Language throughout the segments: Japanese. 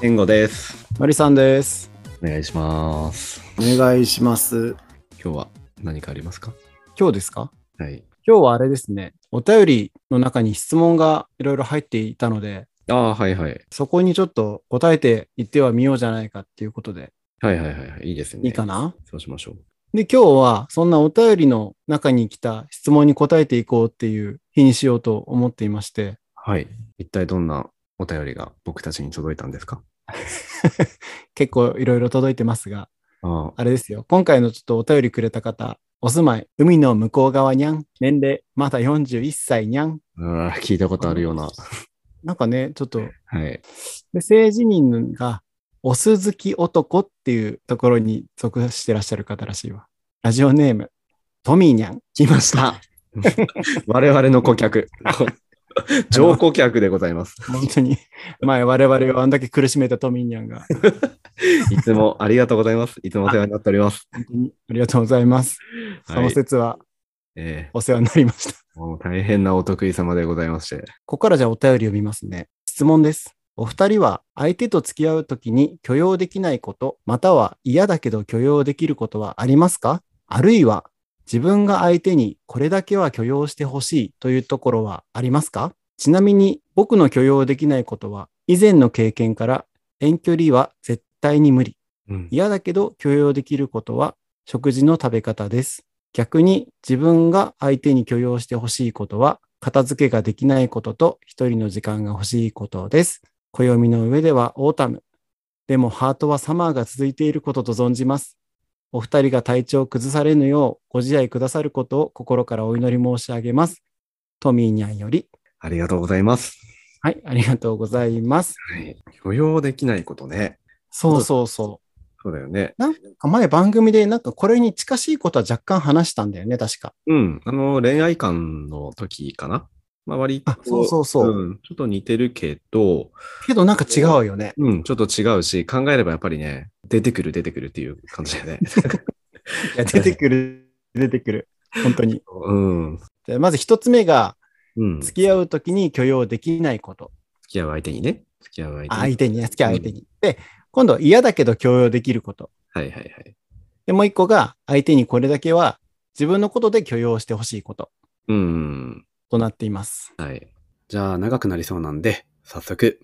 健吾です。マリさんです。お願いします。お願いします。今日は何かありますか今日ですかはい。今日はあれですね、お便りの中に質問がいろいろ入っていたので、ああ、はいはい。そこにちょっと答えていってはみようじゃないかっていうことで、はいはいはいはい。いいですね。いいかなそうしましょう。で、今日はそんなお便りの中に来た質問に答えていこうっていう日にしようと思っていまして、はい。一体どんなお便りが僕たちに届いたんですか結構いろいろ届いてますが、ああ、あれですよ、今回のちょっとお便りくれた方、お住まい、海の向こう側にゃん、年齢、まだ41歳にゃん、うん聞いたことあるような。なんかね、ちょっとはい。で、性自認が、お酢好き男っていうところに属してらっしゃる方らしいわ。ラジオネーム、トミーニャン。来ました我々の顧 客。上顧客でございます。 本当に、前我々をあんだけ苦しめたトミーニャンが、いつもありがとうございます。いつもお世話になっております。本当にありがとうございます。そはのい説はええお世話になりました。もう大変なお得意様でございまして。ここからじゃあお便り読みますね。質問です。お二人は相手と付き合うときに許容できないこと、または嫌だけど許容できることはありますかあるいは自分が相手にこれだけは許容してほしいというところはありますかちなみに僕の許容できないことは以前の経験から遠距離は絶対に無理。うん。嫌だけど許容できることは食事の食べ方です。逆に自分が相手に許容してほしいことは片付けができないことと一人の時間が欲しいことです。暦の上ではオータム。でもハートはサマーが続いていることと存じます。お二人が体調を崩されぬようご自愛くださることを心からお祈り申し上げます。トミーニャンより。ありがとうございます。はい、ありがとうございます。はい。許容できないことね。そうそうそう。そうだよね。なんか前番組でなんかこれに近しいことは若干話したんだよね、確か。うん。あの、恋愛観の時かな。まあ、割とあそうそうそううん。ちょっと似てるけど、けどなんか違うよね。うん、ちょっと違うし、考えればやっぱりね、出てくる、出てくるっていう感じだよ ね。いや出てくる、出てくる。本当に。うん。じゃあまず一つ目が、うん。付付き合うときに許容できないこと。き合う相手にね。付き合う相手に。あ相手にね、付き合う相手に。で、今度は嫌だけど許容できること。はいはいはい。で、もう一個が、相手にこれだけは自分のことで許容してほしいことうん。となっています。はい。じゃあ長くなりそうなんで、早速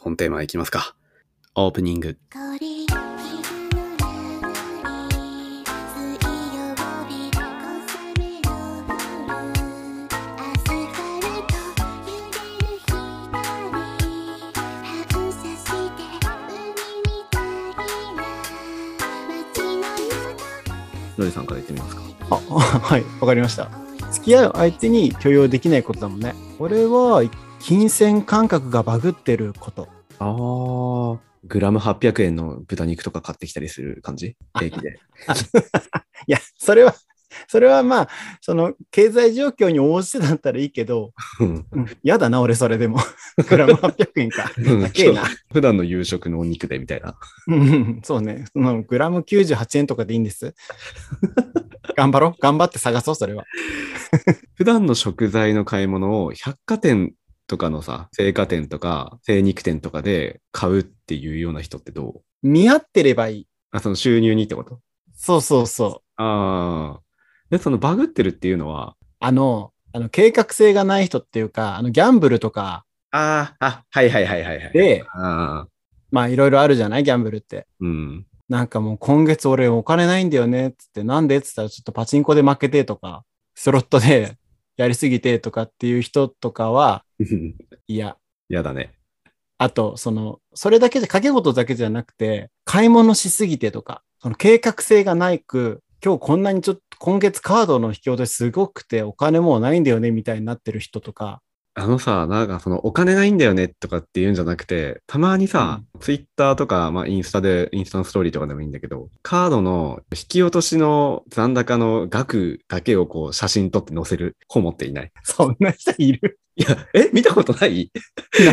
本テーマいきますか。オープニング。香り昼の流れ水曜日小雨の夜アスファルト揺れる光反射して海みたいな街ののりさんから言ってみますか。あ、 はい、わかりました。付き合う相手に許容できないことだもんね。これは、金銭感覚がバグってること。ああ。グラム800円の豚肉とか買ってきたりする感じ平気で。 いや、それは、それはまあ、その、経済状況に応じてだったらいいけど、うんうん嫌だな、俺、それでも。 グラム800円か。うん高えな。普段の夕食のお肉でみたいな。うんそうね。そのグラム98円とかでいいんです。頑張ろう。頑張って探そう、それは。普段の食材の買い物を百貨店とかのさ、青果店とか精肉店とかで買うっていうような人ってどう見合ってればいい。あ、その収入にってことそうそうそう。ああ。で、そのバグってるっていうのは、あの、あの計画性がない人っていうか、あのギャンブルとかああ、あ、はいはいはいはいはい。で、ああ、まあいろいろあるじゃない、ギャンブルって。うん。 なんかもう今月俺お金ないんだよねっつって、なんでっつったらちょっとパチンコで負けてとか、スロットで やりすぎてとかっていう人とかは、いや、やだね。あと、その、それだけじゃ、掛け事だけじゃなくて、買い物しすぎてとか、その計画性がないく、今日こんなにちょっと、今月カードの引き落としすごくて、お金もうないんだよね、みたいになってる人とか、あのさ、なんかそのお金ないんだよねとかって言うんじゃなくて、たまにさ、ツイッターとか、まあインスタで、インスタのストーリーとかでもいいんだけど、カードの引き落としの残高の額だけをこう写真撮って載せる子持っていない。そんな人いるいや、え見たことない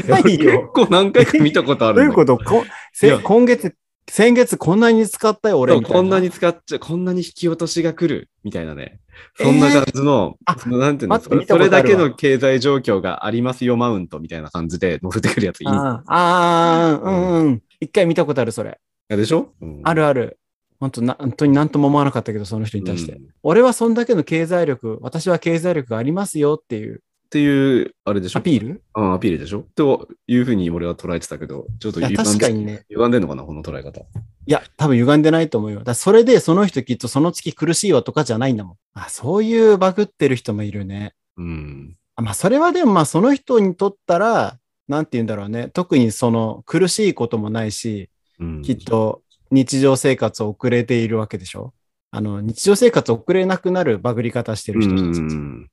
な い結よ。構何回か見たことあどうるいんだうけど。ことこせいや今月、先月こんなに使ったよ、俺そうみたいな。こんなに使っちゃう、こんなに引き落としが来る、みたいなね。そんな感じの、えーあそのなんていうの待そってれ、見たそこれとあるわだけの経済状況がありますよ、マウントみたいな感じで載せてくるやついいああ、ああ、うんうん。一回見たことある、それ。やでしょ、うんあるある。本当な、本当に何とも思わなかったけど、その人に対して。うんっ俺はそんだけの経済力、私は経済力がありますよっていうていう、あれでしょアピールうんアピールでしょというふうに俺は捉えてたけど、ちょっといや歪ん確でかにね。歪んでんのかな、この捉え方。いや、多分歪んでないと思うよ。だからそれでその人きっとその月苦しいわとかじゃないんだもん。あ、そういうバグってる人もいるね。うん。あまあ、それはでもまあ、その人にとったら、なんて言うんだろうね。特にその苦しいこともないし、うん、きっと日常生活を送れているわけでしょあの、日常生活を送れなくなるバグり方してうるんう人んうたちん。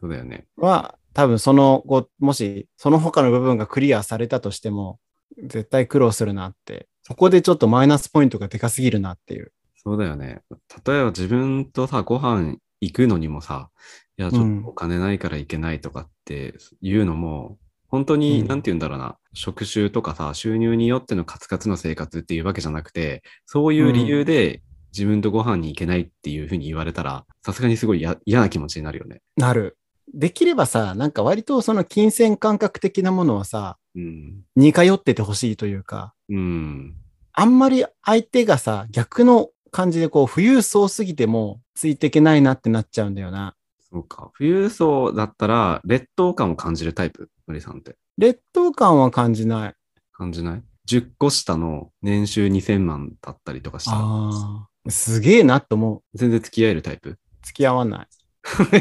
そうだよね。は、多分その後、もしその他の部分がクリアされたとしても、絶対苦労するなって。そこでちょっとマイナスポイントがでかすぎるなっていう。そうだよね。例えば自分とさ、ご飯行くのにもさ、いや、ちょうんっとお金ないから行けないとかっていうのも、本当うに、んなんて言うんだろうな、職種とかさ、収入によってのカツカツの生活っていうわけじゃなくて、そういう理由で自分とご飯に行けないっていうふうに言われたら、さすがにすごいや嫌な気持ちになるよね。なる。できればさ、なんか割とその金銭感覚的なものはさ、うん。似通っててほしいというか、うん。あんまり相手がさ、逆の感じでこう、富裕層すぎてもついていけないなってなっちゃうんだよな。そうか。富裕層だったら、劣等感を感じるタイプ、のりさんって。劣等感は感じない。感じない ?10 個下の年収2000万だったりとかしたら、ああ。すげえなと思全然付き合えるタイプ う。付き合わない。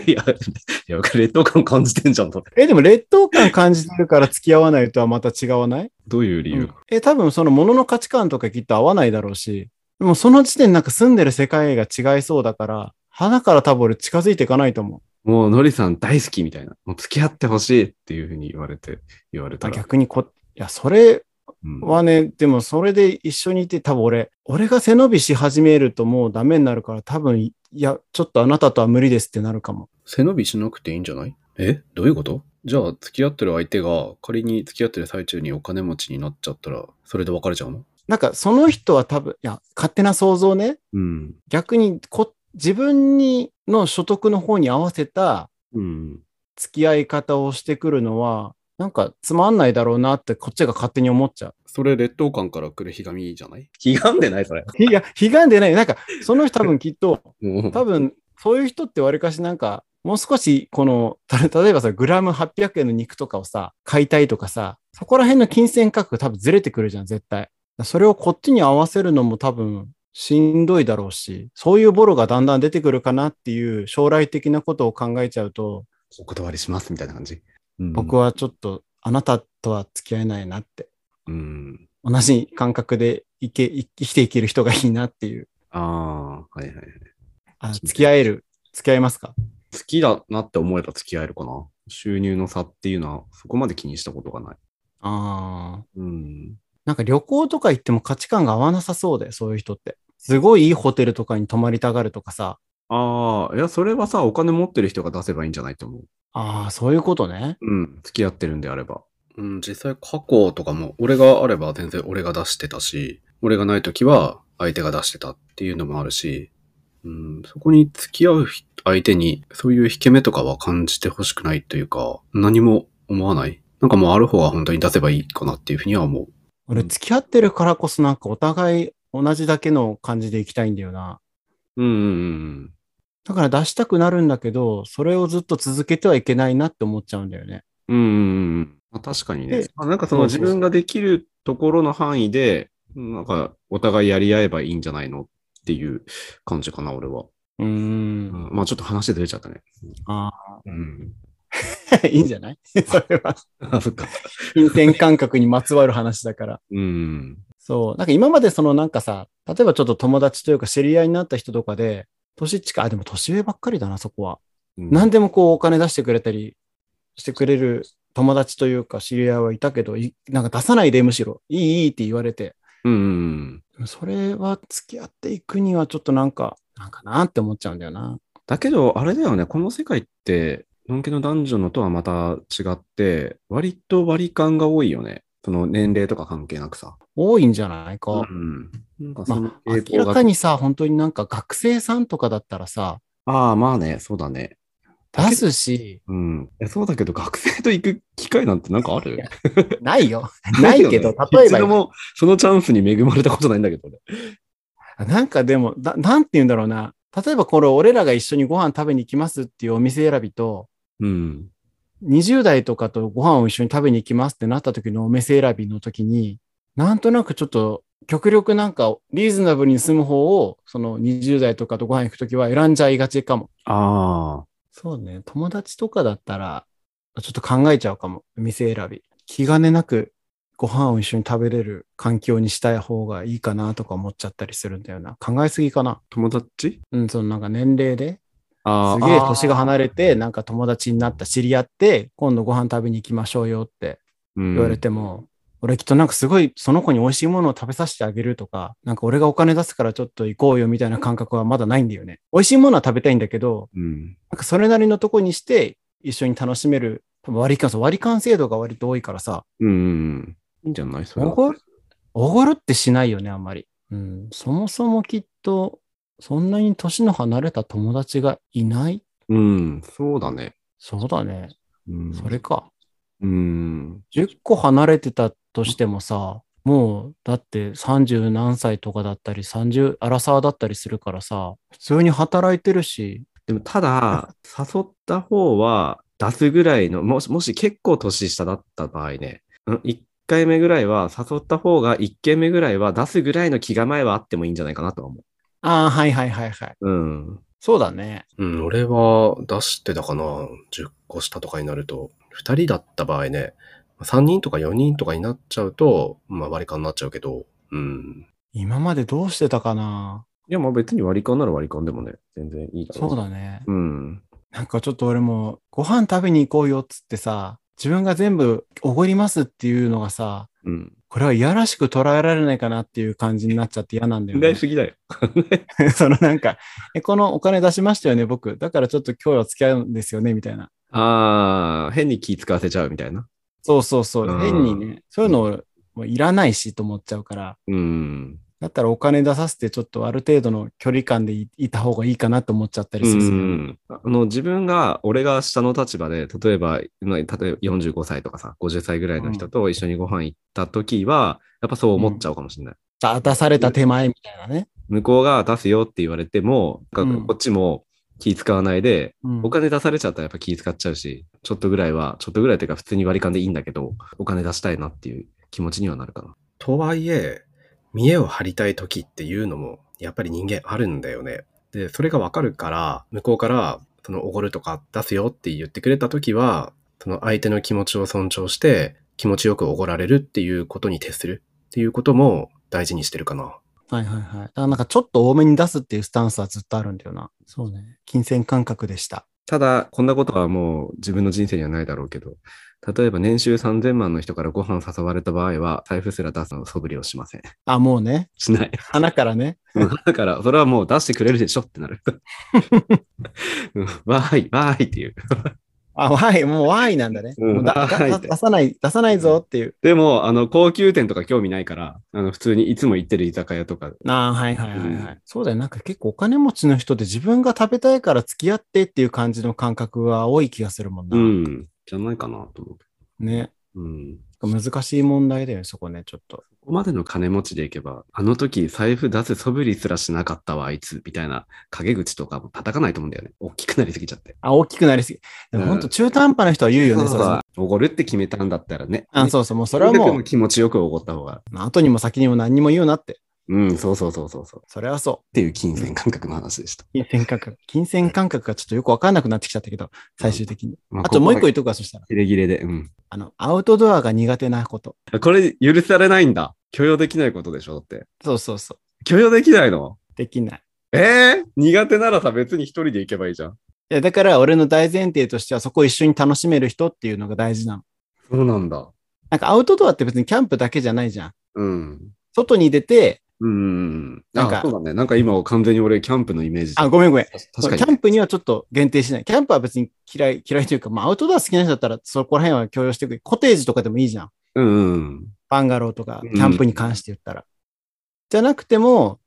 いや、いや、劣等感感じてんじゃん、それ。え、でも劣等感感じてるから付き合わないとはまた違わないどういう理由、うんえ、多分その物の価値観とかきっと合わないだろうし、でもその時点なんか住んでる世界が違いそうだから、花から多分俺近づいていかないと思う。もう、のりさん大好きみたいな。もう付き合ってほしいっていうふうに言われて、言われたあら。逆にこ、いや、それうんはね、でもそれで一緒にいて多分俺、俺が背伸びし始めるともうダメになるから多分、いや、ちょっとあなたとは無理ですってなるかも。背伸びしなくていいんじゃないえどういうことじゃあ付き合ってる相手が仮に付き合ってる最中にお金持ちになっちゃったらそれで別れちゃうのなんかその人は多分、いや、勝手な想像ね、うん。逆にこ自分にの所得の方に合わせたうん。付き合い方をしてくるのは、なんかつまんないだろうなってこっちが勝手に思っちゃう。それ劣等感から来るひがみじゃない悲願でないそれ。 いや、悲願でない。なんか、その人多分きっと、もう多分、そういう人ってわりかしなんか、もう少し、この、た例えばさ、グラム800円の肉とかをさ、買いたいとかさ、そこら辺の金銭価格多分ずれてくるじゃん、絶対。それをこっちに合わせるのも多分、しんどいだろうし、そういうボロがだんだん出てくるかなっていう将来的なことを考えちゃうと、お断りしますみたいな感じ。うん僕。はちょっとあなたとは付き合えないなって、うん。同じ感覚でいけい生きていける人がいいなっていう、ああ、はいはいはい。あ付き合える、付き合えますか好きだなって思えば付き合えるかな。収入の差っていうのは、そこまで気にしたことがない。ああ。うん。なんか旅行とか行っても価値観が合わなさそうで、そういう人って。すごいいいホテルとかに泊まりたがるとかさ。ああ、いや、それはさ、お金持ってる人が出せばいいんじゃないと思う。ああ、そういうことね。うん、付き合ってるんであれば。うん、実際過去とかも俺があれば全然俺が出してたし、俺がない時は相手が出してたっていうのもあるし、うん、そこに付き合う人相手にそういう引け目とかは感じてほしくないというか、何も思わない。なんかもうある方が本当に出せばいいかなっていうふうには思う。俺、付き合ってるからこそなんかお互い同じだけの感じで行きたいんだよな。うんうんうんだから出したくなるんだけど、それをずっと続けてはいけないなって思っちゃうんだよね。うん。うんうんうん。まあ確かにねで。あなんかそのそうそ自うそう分ができるところの範囲で、なんかお互いやり合えばいいんじゃないのっていう感じかな、俺は。うー。うんん、まあちょっと話ずれちゃったね。あうん。あ、 いいんじゃないそれは。あ、そっか。金銭感覚にまつわる話だから。うん。そう。なんか今までそのなんかさ、例えばちょっと友達というか知り合いになった人とかで、年近い、あ、でも年上ばっかりだな、そこは。な何でもこうお金出してくれたりしてくれる友達というか知り合いはいたけど、いなんか出さないでむしろ、いいいいって言われて、うんうん。それは付き合っていくにはちょっとなんか、なんかなって思っちゃうんだよな。だけど、あれだよね、この世界って、のんけの男女のとはまた違って、割と割り勘が多いよね。その年齢とか関係なくさ。多いんじゃないか。ん。なんかそのまあ、傾向明がらかにさ、本当になんか学生さんとかだったらさ、ああ、まあね、そうだね。出すし、うん。いやそうだけど、学生と行く機会なんてなんかあるないよ。 ないけ ど、例え一度ば、もそのチャンスに恵まれたことないんだけど、俺。なんかでも、だなんて言うんだろうな。例えばこれ、俺らが一緒にご飯食べに行きますっていうお店選びと、うん。 20代とかとご飯を一緒に食べに行きますってなった時のお店選びの時に、なんとなくちょっと極力なんかリーズナブルに済む方を、その20代とかとご飯行く時は選んじゃいがちかも。ああ。そうね。友達とかだったら、ちょっと考えちゃうかも。店選び。気兼ねなくご飯を一緒に食べれる環境にしたい方がいいかなとか思っちゃったりするんだよな。考えすぎかな。友達うん、そのなんか年齢で。あすあ。げえ年が離れて、なんか友達になった、知り合って、今度ご飯食べに行きましょうよって言言われても、俺きっとなんかすごいその子に美味しいものを食べさせてあげるとか、なんか俺がお金出すからちょっと行こうよみたいな感覚はまだないんだよね。美味しいものは食べたいんだけど、うん。なんかそれなりのとこにして一緒に楽しめる、多分割り勘、そう割り勘制度が割と多いからさ、うんうん。いいんじゃないそれおは。ごる、おごるってしないよね、あんまり。うん、そもそもきっと、そんなに年の離れた友達がいないうん。そうだね。そうだね。うん。それか。うん。 10個離れてたとしてもさ、もうだって30何歳とかだったり、30、アラサーだったりするからさ、普通に働いてるし、でも、ただ、誘った方は出すぐらいの、もし、もし結構年下だった場合ね、うん、1回目ぐらいは、誘った方が1件目ぐらいは出すぐらいの気構えはあってもいいんじゃないかなとは思ああ、はいはいはいはい。う。うん。そうだね。うん、俺は出してたかな。10個下とかになると。2人だった場合ね、3人とか4人とかになっちゃうと、まあ割り勘になっちゃうけど、うん。今までどうしてたかないや、まあ別に割り勘なら割り勘でもね、全然いいと思そうだね。うん。なんかちょっと俺も、ご飯食べに行こうよっつってさ、自分が全部おごりますっていうのがさ、うん。これはいやらしく捉えられないかなっていう感じになっちゃって嫌なんだよね。ぎだよ。 そのなんか、え、このお金出しましたよね、僕。だからちょっと今日は付き合うんですよね、みたいな。ああ、変に気使わせちゃうみたいな。そうそうそう。うん変にね、そういうのをもういらないしと思っちゃうから、うん。だったらお金出させてちょっとある程度の距離感でいいた方がいいかなと思っちゃったりする。うんあの自分が、俺が下の立場で、例えば、まあ例えば45歳とかさ、50歳ぐらいの人と一緒にご飯行った時は、やっぱそう思っちゃうかもしれない。だ出された手前みたいなね。向こうが出すよって言われても、なんうかんこっちも気使わないで、うんお金出されちゃったらやっぱ気使っちゃうし、ちょっとぐらいは、ちょっとぐらいというか普通に割り勘でいいんだけど、お金出したいなっていう気持ちにはなるかな。とはいえ、見栄を張りたい時っていうのも、やっぱり人間あるんだよね。で、それがわかるから、向こうから、そのおごるとか出すよって言ってくれた時は、その相手の気持ちを尊重して、気持ちよくおごられるっていうことに徹するっていうことも大事にしてるかな。はいはいはい。だからなんかちょっと多めに出すっていうスタンスはずっとあるんだよな。そうね。金銭感覚でした。ただ、こんなことはもう自分の人生にはないだろうけど、例えば年収3000万の人からご飯誘われた場合は、財布すら出すの素振りをしません。 あ、もうね。しない。花からね。だから、それはもう出してくれるでしょってなる。 うんわーい、わーいっていう。あ、ワイン、もうワインなんだね。うんもうだワインだ出さない、出さないぞっていう。でも、あの、高級店とか興味ないから、あの、普通にいつも行ってる居酒屋とか、ああ、はいはいはい、はいうんそうだよ。なんか結構お金持ちの人って自分が食べたいから付き合ってっていう感じの感覚が多い気がするもんな。うん、じゃないかなと思うけね。ど。うん。難しい問題だよね、そこね、ちょっと。ここまでの金持ちでいけば、あの時財布出す素振りすらしなかったわ、あいつ、みたいな陰口とかも叩かないと思うんだよね。大きくなりすぎちゃって。あ、大きくなりすぎ。でもうん本当中途半端な人は言うよね、 そうそそうれは。おごるって決めたんだったらね。あ、そうそう、もうそれはもう、気持ちよくおごった方が。後にも先にも何にも言うなって。うん、そうそうそうそうそう。っそれはそていう金銭感覚の話でした。う。金銭感覚。金銭感覚がちょっとよくわかんなくなってきちゃったけど、最終的に。まあともう一個ここは言っとくわ、そしたら。切れ切れで。うん。あの、アウトドアが苦手なこと。これ許されないんだ。許容できないことでしょだって。そうそうそ許容できないのう。できない。ええ苦手ならさ、別に一人で行けばいいじゃん。いや、だから俺の大前提としてはそこを一緒に楽しめる人っていうのが大事なの。そうなんだ。なんかアウトドアって別にキャンプだけじゃないじゃん。うん。外に出て、うん。ななんんかか、そうだね。なんか今完全に俺、キャンプのイメージ。あ、ごめんごめん。キ確かャに。ンプにはちょっと限定しない。キャンプは別に嫌い、嫌いというか、まあアウトドア好きな人だったらそこら辺は許容してくれコテージとかでもいいじゃん。うんうん。バンガローとか、うんキャンプに関して言ったら。じゃなくても、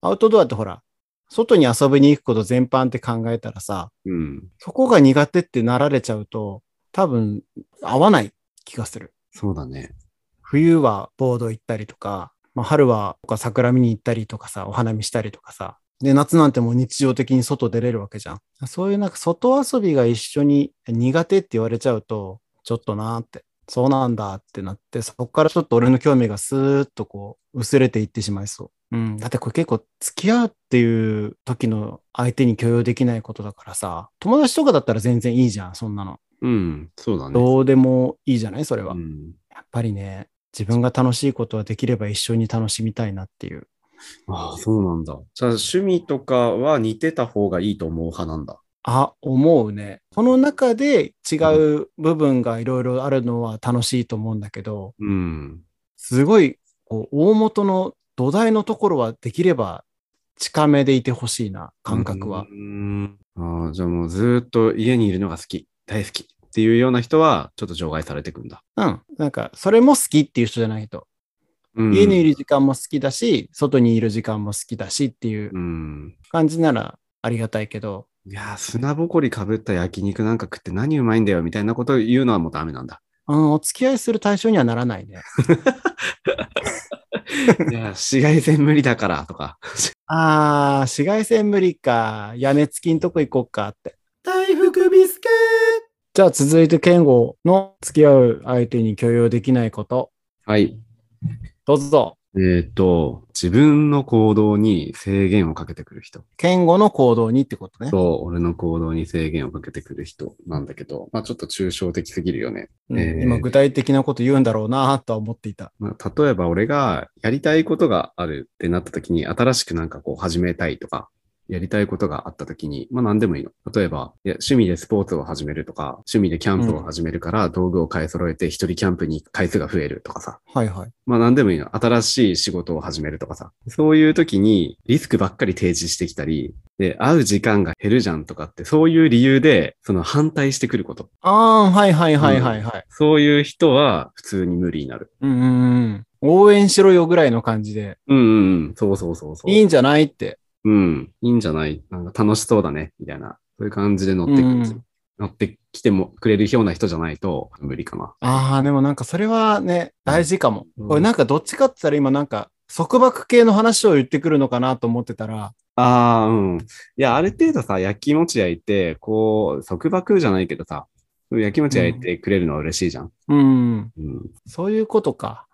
アウトドアってほら、外に遊びに行くこと全般って考えたらさ、うん。そこが苦手ってなられちゃうと、多分合わない気がする。そうだね。冬はボード行ったりとか、まあ、春はとか桜見に行ったりとかさ、お花見したりとかさ。で、夏なんてもう日常的に外出れるわけじゃん。そういうなんか外遊びが一緒に苦手って言われちゃうと、ちょっとなーって、そうなんだってなって、そこからちょっと俺の興味がスーッとこう、薄れていってしまいそう。うん。だってこれ結構付き合うっていう時の相手に許容できないことだからさ、友達とかだったら全然いいじゃん、そんなの。うん。そうだね。どうでもいいじゃないそれは。うんやっぱりね、自分が楽しいことはできれば一緒に楽しみたいなっていう。ああ、そうなんだ。じゃあ、趣味とかは似てた方がいいと思う派なんだ。あ、思うね。この中で違う部分がいろいろあるのは楽しいと思うんだけど、うん。すごい、こう、大元の土台のところはできれば近めでいてほしいな、感覚は。うん。ああ、じゃあもうずーっと家にいるのが好き、大好きっていうような人は、ちょっと除外されてくんだ。うん。なんか、それも好きっていう人じゃないと。うん家にいる時間も好きだし、外にいる時間も好きだしっていううん。感じならありがたいけど、いやー、砂ぼこりかぶった焼肉なんか食って何うまいんだよみたいなことを言うのはもうダメなんだ。うん、お付き合いする対象にはならないね。いやー、紫外線無理だからとか。ああ、紫外線無理か。屋根付きんとこ行こっかって。大福ビスケじゃあ続いて、健吾の付き合う相手に許容できないこと。はい。どうぞ。えっ、と、自分の行動に制限をかけてくる人。健吾の行動にってことね。と、俺の行動に制限をかけてくる人なんだけど、まあちょっと抽象的すぎるよね。うんえー今、具体的なこと言うんだろうなとは思っていた。まあ、例えば俺がやりたいことがあるってなった時に、新しくなんかこう始めたいとか、やりたいことがあった時に、まあ何でもいいの。例えば、いや趣味でスポーツを始めるとか、趣味でキャンプを始めるから道具を買い揃えて一人キャンプに行く回数が増えるとかさ。はいはい。まあ何でもいいの。新しい仕事を始めるとかさ。そういう時にリスクばっかり提示してきたり、で、会う時間が減るじゃんとかって、そういう理由で、その反対してくること。ああ、はいはいはいはいはい。そういう人は普通に無理になる。うん、うん、うん。応援しろよぐらいの感じで、うんうんうん。そうそうそうそう。いいんじゃないって。うん。いいんじゃないなんか楽しそうだね。みたいな。そういう感じで乗ってくる、うん乗ってきてもくれるような人じゃないと無理かな。ああ、でもなんかそれはね、大事かも。うんこれなんかどっちかって言ったら今なんか束縛系の話を言ってくるのかなと思ってたら、ああ、うん。いや、ある程度さ、焼きもち焼いて、こう、束縛じゃないけどさ、焼きもち焼いてくれるのは嬉しいじゃん。うん、うん。そういうことか。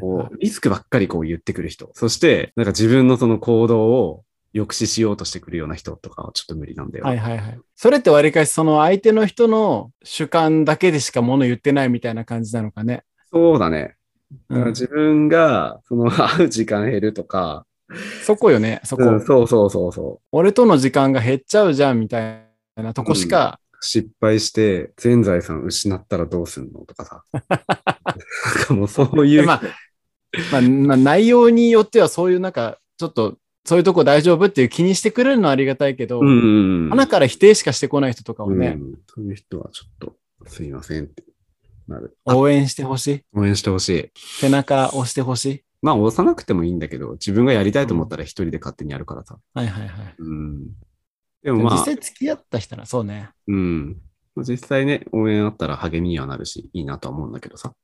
こう、リスクばっかりこう言ってくる人。そして、なんか自分のその行動を抑止しようとしてくるような人とかはちょっと無理なんだよ。はいはいはい。それってわりかしその相手の人の主観だけでしか物言ってないみたいな感じなのかね。そうだね。だうからん、自分が、その、 会う時間減るとか、そこよね、そこ、うんそうそうそうそう。俺との時間が減っちゃうじゃんみたいなとこしか、失敗して全財産失ったらどうすんのとかさ。なん かもうそういう。まあまあ、まあ内容によってはそういうなんか、ちょっとそういうとこ大丈夫っていう気にしてくれるのはありがたいけど、うんうんうん。花から否定しかしてこない人とかをうんね、そういう人はちょっとすいませんってなる。応援してほしい。応援してほしい。背中押してほしい。まあ、押さなくてもいいんだけど、自分がやりたいと思ったら一人で勝手にやるからさ。はいはいはい。うん。でもま実あ、際付き合った人ならそうね。うん。まあ実際ね、応援あったら励みにはなるし、いいなとは思うんだけどさ。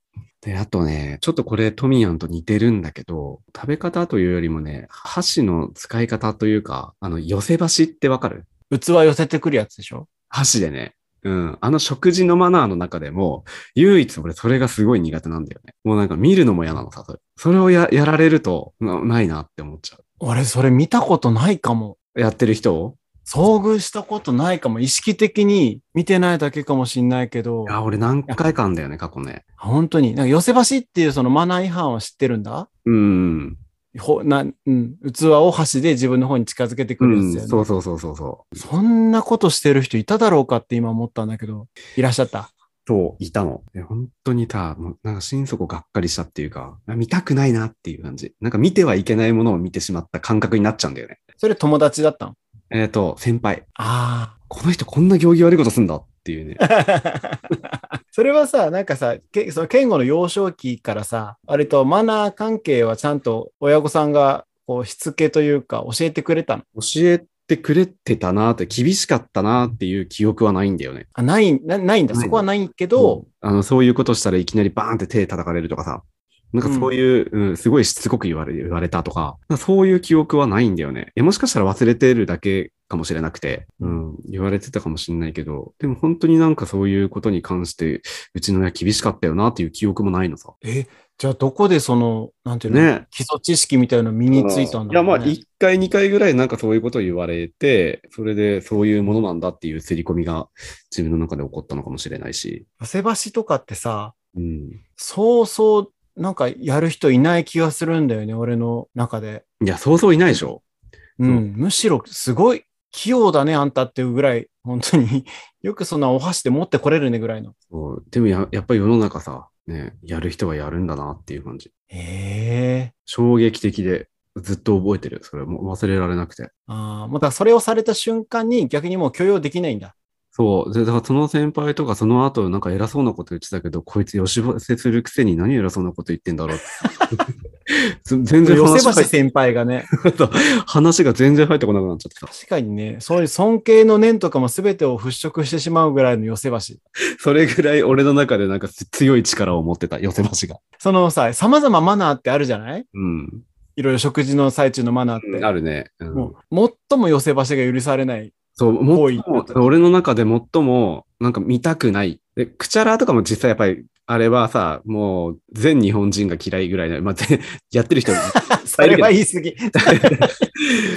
で、あとね、ちょっとこれトミヤンと似てるんだけど、食べ方というよりもね、箸の使い方というか、あの、寄せ箸ってわかる器寄せてくるやつでしょ箸でね。うん。あの食事のマナーの中でも、唯一俺それがすごい苦手なんだよね。もうなんか見るのも嫌なのさ、それ。それをややられるとな、ないなって思っちゃ俺、それ見たことないかも。う。やってる人を遭遇したことないかも。意識的に見てないだけかもしんないけどい、や、俺何回かあんだよね、過去ね。本当に。なんか寄せ橋っていうそのマナー違反は知ってるんだうん。ほな、うん、器を箸で自分の方に近づけてうくるやつだん、よね。そうそうそうそうそう。そんなことしてる人いただろうかって今思ったんだけど、いらっしゃった。といたの。で本当にさ、もうなんか心底がっかりしたっていうか、あ見たくないなっていう感じ。なんか見てはいけないものを見てしまった感覚になっちゃうんだよね。それ友達だったのえっ、と、先輩。あこの人こんな行儀悪いことすんだっていうね。あ。 それはさ、なんかさ、けその健吾の幼少期からさ、割とマナー関係はちゃんと親御さんがこう、しつけというか、教えてくれたの。教えてくれてたなって、厳しかったなっていう記憶はないんだよね。あ、ない、なないんだ。ないそこはないけど、あの、そういうことしたらいきなりバーンって手叩かれるとかさ。なんかそういう、うんすごいしつこく言われ言われたとか、なんかそういう記憶はないんだよね。え、もしかしたら忘れてるだけかもしれなくて、うん、言われてたかもしれないけど、でも本当になんかそういうことに関して、うちの親厳しかったよなっていう記憶もないのさ。え、じゃあどこでその、なんていうの、ね。基礎知識みたいなの身についたんだろう、ね。いや、まあ、1回、2回ぐらいなんかそういうことを言われて、それでそういうものなんだっていう刷り込みが自分の中で起こったのかもしれないし。汗橋とかってさ、うん。そうそう、なんかやる人いない気がするんだよね、俺の中で。いや、そうそういないでしょ。う、そうんむしろすごい器用だね、あんたっていうぐらい、本当に よくそんなお箸で持ってこれるねぐらいの。そうでもや、やっぱり世の中さ、ね、やる人はやるんだなっていう感じ。ええ衝撃的で、ずっと覚えてる。それもう忘れられなくて。ああ、またそれをされた瞬間に逆にもう許容できないんだ。そう。で、だからその先輩とかその後なんか偉そうなこと言ってたけど、こいつ寄せするくせに何偉そうなこと言ってんだろうって。 全然寄話せ橋が先輩がね、話が全然入ってこなくなっちゃってた。確かにね、そういう尊敬の念とかも全てを払拭してしまうぐらいの寄せ橋。それぐらい俺の中でなんか強い力を持ってた、寄せ橋が。そのさ、様々マナーってあるじゃないうん。いろいろ食事の最中のマナーって。あるね。うんもう、最も寄せ場所が許され ない。そう、多もい俺の中で最も、なんか見たくない。で、クチャラとかも実際やっぱり、あれはさ、もう全日本人が嫌いぐらいな、まあ、全 やってる人、それは言い 過ぎ。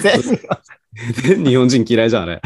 全全日本人嫌いじゃん、あれ。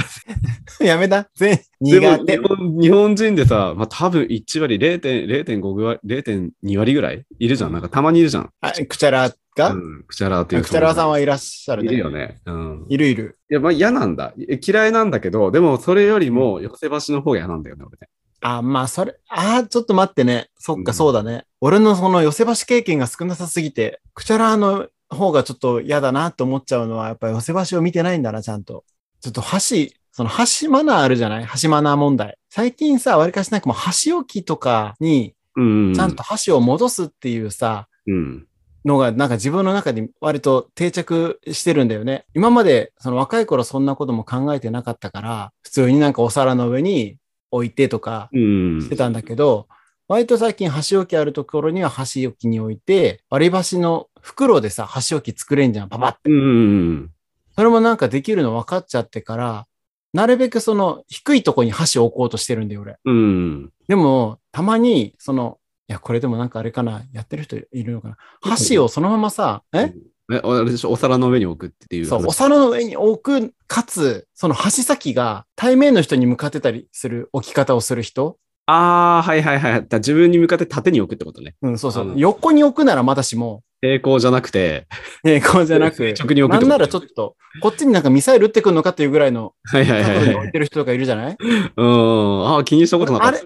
やめた。全でも苦日手。本、日本人でさ、まあ、多分1割、0.5割、0.2割ぐらいいるじゃん。なんかたまにいるじゃん。あクチャラが、うん、クチャラっていう。クチャラさんはいらっしゃるいね。るよね。うん。いるいる。いや、まあ嫌なんだ。い嫌いなんだけど、でもそれよりも寄せ橋の方が嫌なんだよね、俺ね。あ、まあ、それ、あーちょっと待ってね。そっうか、んそうだね。俺のその寄せ橋経験が少なさすぎて、クチャラの方がちょっと嫌だなと思っちゃうのは、やっぱり寄せ橋を見てないんだな、ちゃんと。ちょっと橋、その橋マナーあるじゃない橋マナー問題。最近さ、わりかしなんかもう橋置きとかに、うん。ちゃんと。箸を戻すっていうさ、うん。のがなんか自分の中で割と定着してるんだよね。今までその若い頃そんなことも考えてなかったから、普通になんかお皿の上に置いてとかうん。してたんだけど、割と最近箸置きあるところには箸置きに置いて、割り箸の袋でさ、箸置き作れんじゃん、パパって。うんうんそれもなんかできるの分かっちゃってから、なるべくその低いとこに箸を置こうとしてるんだよ、俺。うん。うん。でも、たまに、その、いや、これでもなんかあれかな、やってる人いるのかな。箸をそのままさ、ええ、あれでしょお皿の上に置くっていう。そう、お皿の上に置く、かつ、その箸先が対面の人に向かってたりする置き方をする人。ああ、はいはいはい。だから自分に向かって縦に置くってことね。うん、そうそあう。の横に置くならまだしも、平行じゃなくて、えこうじゃなく垂、直に置くってなことんならちょっと、こっちになんかミサイル撃ってくるのかっていうぐらいのはいはいは角度いには置い。いてる人がいるじゃない うん。ああ、気にしたことなかあった。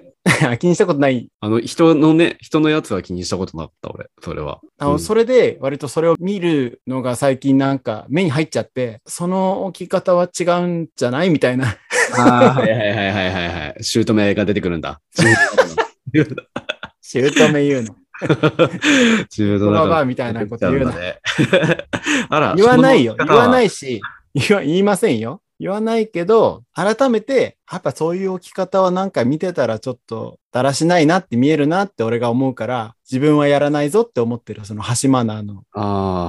れ気にしたことない。あの、人のね、人のやつは気にしたことなかった、俺。それは。あのうんそれで割とそれを見るのが最近なんか目に入っちゃって、その置き方は違うんじゃないみたいなああ、はいはいはいはいはいはい。シュート名が出てくるんだ。 シュート目言うの。中バ途バだバからアみたいなこと言うな。 あら、言わないよ。そ言の方はわないし、言わ言いませんよ。言わないけど、改めて、やっぱそういう置き方はなんか見てたらちょっとだらしないなって見えるなって俺が思うから、自分はやらないぞって思ってるその端マナーのあ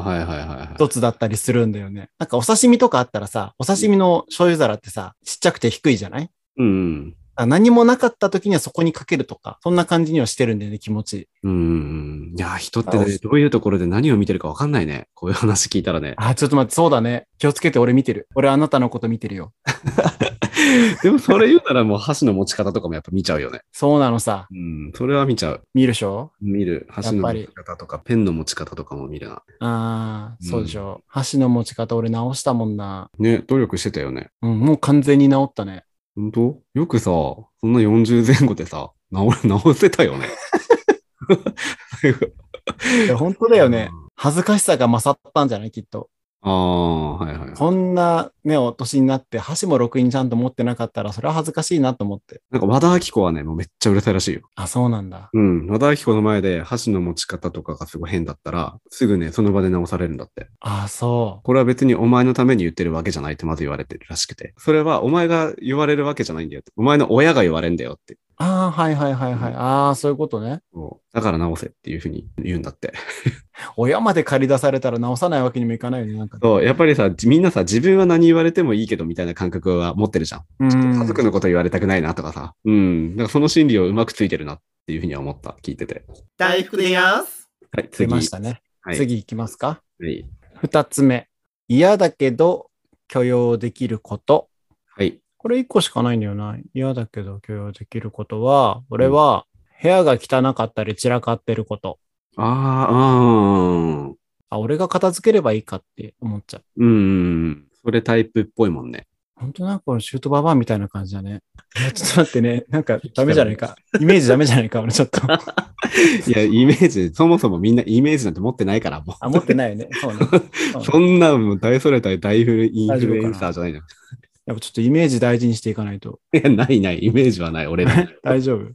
あ、はいはいはいはい。一つだったりするんだよね。なんかお刺身とかあったらさ、お刺身の醤油皿ってさ、ちっちゃくて低いじゃないうん。あ何もなかった時にはそこにかけるとか、そんな感じにはしてるんだよね、気持ち。うん。いや、人ってねどういうところで何を見てるかわかんないね。こういう話聞いたら ね。あ、ちょっと待って、そうだね。気をつけて俺見てる。俺あなたのこと見てるよ。でもそれ言うならもう箸の持ち方とかもやっぱ見ちゃうよね。そうなのさ。うん。それは見ちゃう。見るでしょ見る。箸の持ち方とか、ペンの持ち方とかも見るな。ああ、うんそうでしょ、箸の持ち方俺直したもんな。ね、努力してたよね。うん、もう完全に直ったね。本当よくさ、そんな40前後でさ、直 直せたよね。いや本当だよね。恥ずかしさが勝ったんじゃないきっと。ああ、はいはい。こんなね、お年になって、箸もろくにちゃんと持ってなかったら、それは恥ずかしいなと思って。なんか和田アキ子はね、もうめっちゃうるさいらしいよ。あ、そうなんだ。うん。和田アキ子の前で箸の持ち方とかがすごい変だったら、すぐね、その場で直されるんだって。あ、そこれは別にお前のために言ってるわけじゃないってまず言われてるらしくて。それはお前が言われるわけじゃないんだよって。お前の親が言われんだよって。う。ああ、はいはいはいはい。ああ、そういうことね。そうだから直せっていうふうに言うんだって。親まで借り出されたら直さないわけにもいかないよね。なんか、ね、そう、やっぱりさ、じみんなさ、自分は何言われてもいいけどみたいな感覚は持ってるじゃん。うん家族のこと言われたくないなとかさ。うん。だからその心理をうまくついてるなっていうふうには思った。聞いてて。大福でやす。はい、出次。ましたね。はい、次行きますか。はい。二つ目。嫌だけど許容できること。はい。これ一個しかないんだよな。嫌だけど許容できることは、俺は部屋が汚かったり散らかってること。ああ、うん。うんあ、俺が片付ければいいかって思っちゃう。うんうん。それタイプっぽいもんね。本当なんかこのシュートババアみたいな感じだね。 いや、ちょっと待ってね。なんかダメじゃない か。イメージダメじゃないか。俺ちょっと。いや、イメージ、そもそもみんなイメージなんて持ってないから、もう。あ、持ってないよね。 そうね。う んそんなもう大それたり大フルインフルエンサーじゃないの。いやっぱちょっとイメージ大事にしていかないと。や、 ないない、イメージはない、俺 ら。はい。大丈夫。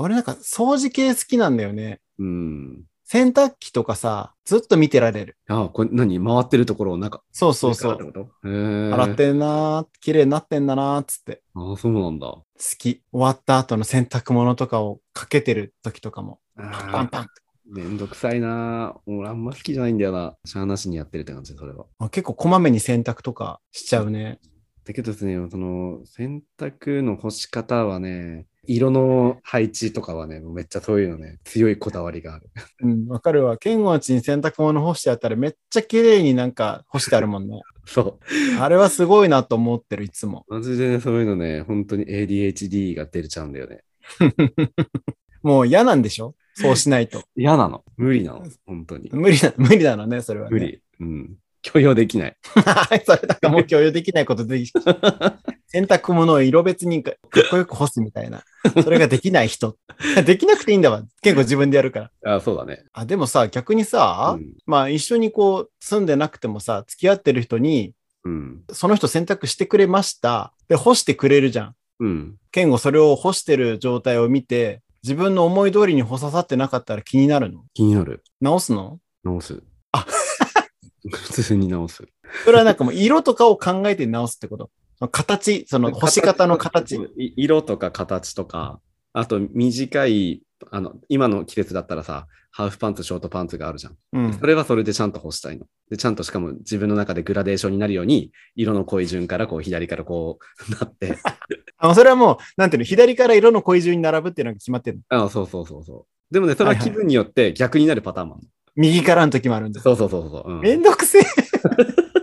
俺なんか掃除系好きなんだよね。うん。洗濯機とかさ、ずっと見てられる。あ、これ何回ってるところをなんか、そうそうそう。ってこと。へー洗っ。てんなー、綺麗になってんだなーっつって。あ、そうなんだ。好き。終わった後の洗濯物とかをかけてる時とかも、パンパンってめんどくさいな俺あんま好きじゃないんだよな。しゃあなしにやってるって感じ、それは。あ結構こまめに洗濯とかしちゃうね。だけどですね、その、洗濯の干し方はね、色の配置とかはね、もうめっちゃそういうのね、強いこだわりがある。うん、わかるわ。ケンゴンちに洗濯物干してあったらめっちゃ綺麗になんか干してあるもんね。そう。あれはすごいなと思ってる、いつも。マジでね、そういうのね、本当に ADHD が出ちゃうんだよね。もう嫌なんでしょそうしないと。嫌なの。無理なの。本当に。無理な、無理なのね、それは、ね。無。理。うん。許容できない。 それだからもう共有できないことでき洗濯物を色別にかかっこよく干すみたいな。それができない人。 できなくていいんだわ。結構自分でやるから。あそうだね。あ、でもさ、逆にうさ、ん。まあ一緒にこう住んでなくてもさ、付き合ってる人に、うん。その人洗濯してくれました。で、干してくれるじゃん。うん。ケンゴそれを干してる状態を見て、自分の思い通りに干ささってなかったら気になるの気になる。直すの直す。あ 普通に直す。それはなんかもう色とかを考えて直すってこと。その形、その干し方の形。い色とか形とか、あと短い、あの、今の季節だったらさ、ハーフパンツ、ショートパンツがあるじゃん。うんそ。れはそれでちゃんと干したいの。で、ちゃんとしかも自分の中でグラデーションになるように、色の濃い順からこう左からこう なって。あのそれはもう、なんていうの、左から色の濃い順に並ぶっていうのが決まってるの。あそうそうそうそう。でもね、それは気分によって逆になるパターンもあるの。右からの時もあるんです。そうそうそうそう。うんめんどくせえ。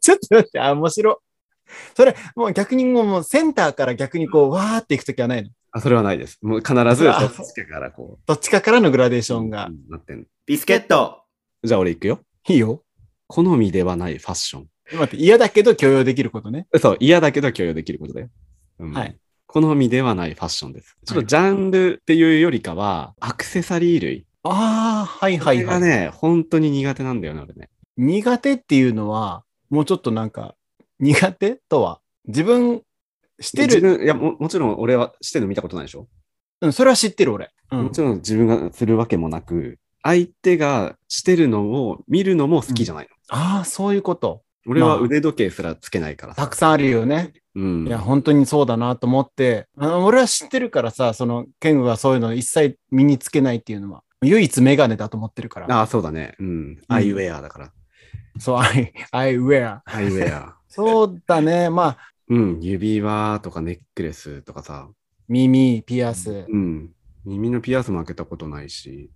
ちょっと待って、あ、面白。それ、もう逆にもうもうセンターから逆にこう、わーっていく時はないの。あ、それはないです。もう必ず、どっあちかからこう、どっちかからのグラデーションがう。んなってんのビスケット。じゃあ俺行くよ。いいよ。好みではないファッション。待って、嫌だけど許容できることね。そう、嫌だけど許容できることだよ。うんはい。好みではないファッションです。ちょっとジャンルっていうよりかは、アクセサリー類。ああ、はいはいこれはがい。ね、本当に苦手なんだよね、俺ね。苦手っていうのは、もうちょっとなんか、苦手とは、自分、して自る。分いやも、もちろん俺はしてるの見たことないでしょ、うん、それは知ってる俺。うもんち。ろん自分がするわけもなく、相手がしてるのを見るのも好きじゃないの。ああ、そういうこと。俺はまあ腕時計すらつけないからさ。たくさんあるよね。うん。いや、本当にそうだなと思って、あの俺は知ってるからさ、その、ケンゴがそういうの一切身につけないっていうのは、唯一メガネだと思ってるから。ああ、そうだね。うん。アイウェアだから。そう、アイ、アイウェア。アイウェア。そうだね。まあ、 うん。指輪とかネックレスとかさ。耳、ピアス。うん。耳のピアスも開けたことないし。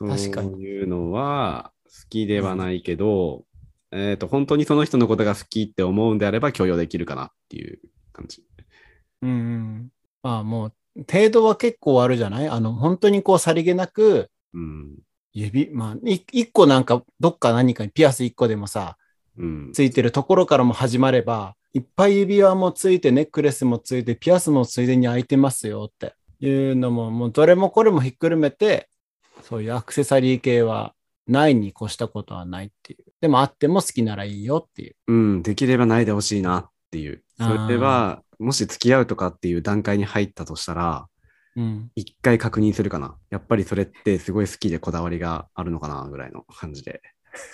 うん確かにそういうのは好きではないけど、えっ、と、本当にその人のことが好きって思うんであれば許容できるかなっていう感じ。うんうん。まあ、もう、程度は結構あるじゃないあの、本当にこう、さりげなく、うん。指、まあ、い一個なんか、どっか何かにピアス一個でもさ、うん。ついてるところからも始まれば、いっぱい指輪もついて、ネックレスもついて、ピアスもついでに開いてますよっていうのも、もうどれもこれもひっくるめて、そういうアクセサリー系はないに越したことはないっていう。でもあっても好きならいいよっていう。うん、できればないでほしいなっていう。それは、もし付き合うとかっていう段階に入ったとしたら、うん。一回確認するかな。やっぱりそれってすごい好きでこだわりがあるのかな、ぐらいの感じで。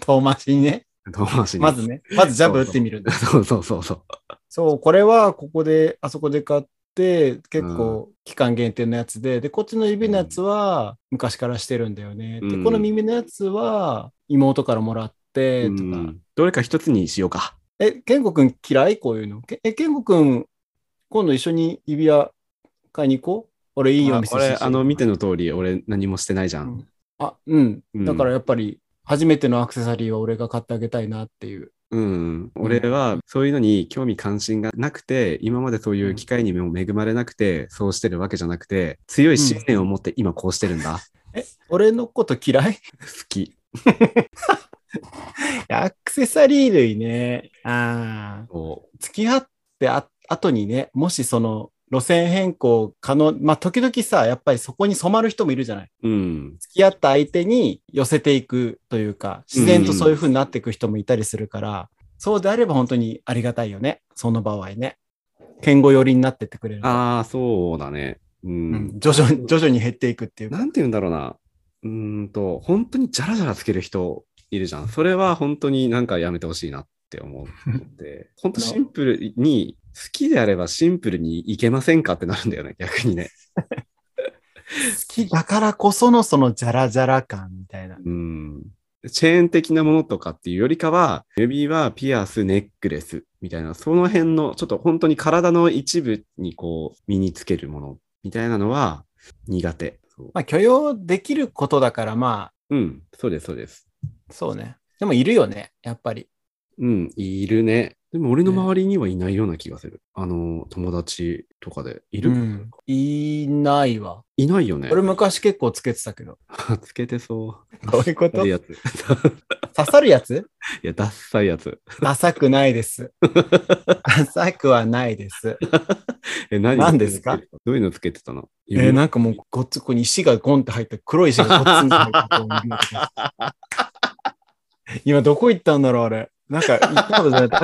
遠回しにね。遠回しにまず。ね。まずジャブ打ってみるん だ。そうそうそうそう。そう、これはここで、あそこで買って、結構期間限定のやつで、で、こっちの指のやつは昔からしてるんだよね。うで、んこの耳のやつは妹からもらって、とか。うんどれか一つにしようか。え、健吾くん嫌いこういうの。けえ、健吾くん、今度一緒に指輪買いに行こう俺いいおあ店これ、知ってるあの、見ての通り、俺何もしてないじゃん。あ、うん。うんだからやっぱり、初めてのアクセサリーは俺が買ってあげたいなっていう。うん、俺はそういうのに興味関心がなくて、今までそういう機会にも恵まれなくて、そうしてるわけじゃなくて、強い信念を持って今こうしてるん だ。俺のこと 嫌い好き。アクセサリー類ね。ああ。そ付き合ってあ後にね、もしその路線変更可能、まあ時々さ、やっぱりそこに染まる人もいるじゃない。ううん。付き合った相手に寄せていくというか、自然とそういう風になっていく人もいたりするから、そうであれば本当にありがたいよね。その場合ね。健語寄りになってってくれると。ああ、そうだね。う。うんん、徐々に、徐々に減っていくっていうか。なんて言うんだろうな。うーんと、本当にジャラジャラつける人いるじゃん。それは本当になんかやめてほしいなって思って。本当シンプルに、好きであればシンプルにいけませんかってなるんだよね、 逆にね。好きだからこそのそのジャラジャラ感みたいな。うん。チェーン的なものとかっていうよりかは、指輪、ピアス、ネックレスみたいな、その辺の、ちょっと本当に体の一部にこう、身につけるものみたいなのは苦手。そうまあ許容できることだからまうん、そうです、そうです。あ、そうね。でもいるよね、やっぱり。うん、いるね。でも俺の周りにはいないような気がする。あの、友達とかで。いる、うん、いないわ。いないよね。俺昔結構つけてたけど。つけてそう。どういうこダとサい刺やつ。 いさるやつや、ダッサいやつ。ダサくないです。ダサくはないです。え、何何ですかどういうのつけてたのえーなんかもうごっつこに石がゴンって入った、黒い石がゴッツンって入ったこう指のとこ。今どこ行ったんだろうあれ。なんか行ったことじゃない。だ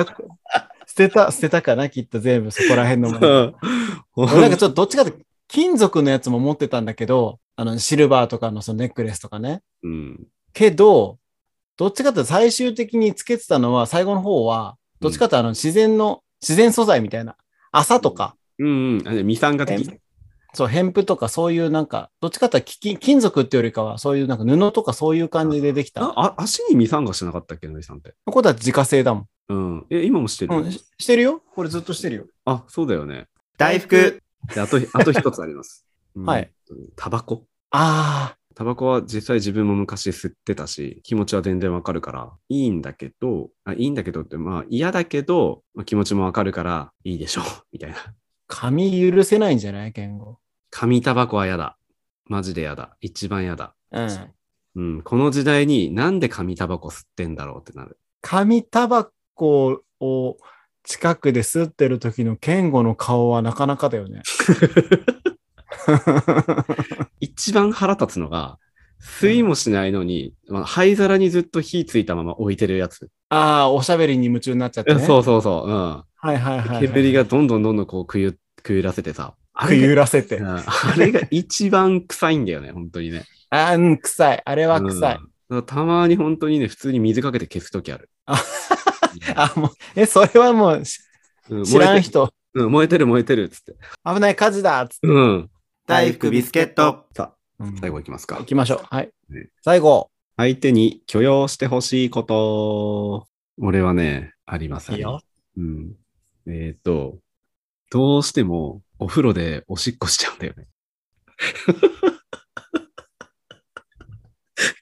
捨てた、捨てたかなきっと全部そこら辺のもの。 ほん俺なんかちょっとどっちかって金属のやつも持ってたんだけど、あのシルバーとかのそのネックレスとかね。うん。けど、どっちかっていうと最終的につけてたのは、最後の方は、どっちかっていうとあの自然の、自然素材みたいな、麻とか、うんうん。あれ、二酸化え的。そう、ヘンプとかそういうなんか、どっちかっていうと金金属っていうよりかは、そういうなんか布とかそういう感じでできた。あこあ、足に二酸化してなかったっけ、のりさんって。のことは自家製だもん。うん。え、今もしてる、うん、ししてるよこれずっとしてるよ。あ、そうだよね。大福、であと、あと一つあります。うん はい。タバコ。ああ、タバコは実際自分も昔吸ってたし、気持ちは全然わかるから、いいんだけど、あいいんだけどって、まあ嫌だけど、まあ気持ちもわかるから、いいでしょう、 みたいな。髪許せないんじゃない言語。紙タバコは嫌だ。マジで嫌だ。一番嫌だ。うん。うん、この時代になんで紙タバコ吸ってんだろうってなる。紙タバコを近くで吸ってる時の言語の顔はなかなかだよ ね。一番腹立つのが、吸いもしないのに、まあ灰皿にずっと火ついたまま置いてるやつ。ああ、おしゃべりに夢中になっちゃって、ね。そうそうそ。はいはいうはうん。い。煙がどんどんどんどんこうくゆ、くゆらせてさ。あくれがゆらせて。うんあれが一番臭いんだよね、本当にね。あーうん、臭い。あれは臭い。うんたまに本当にね、普通に水かけて消すときある。ああ、もう、え、それはもうしうん知らん。人。燃えてるうん燃えてる燃えてるっつって。危ない火事だっつって。うん。大福ビスケット、最後いきますか行。きましょう。はいね。最後。相手に許容してほしいこと。俺はね、あります。いいよ。うん。えっ、と、どうしてもお風呂でおしっこしちゃうんだよね。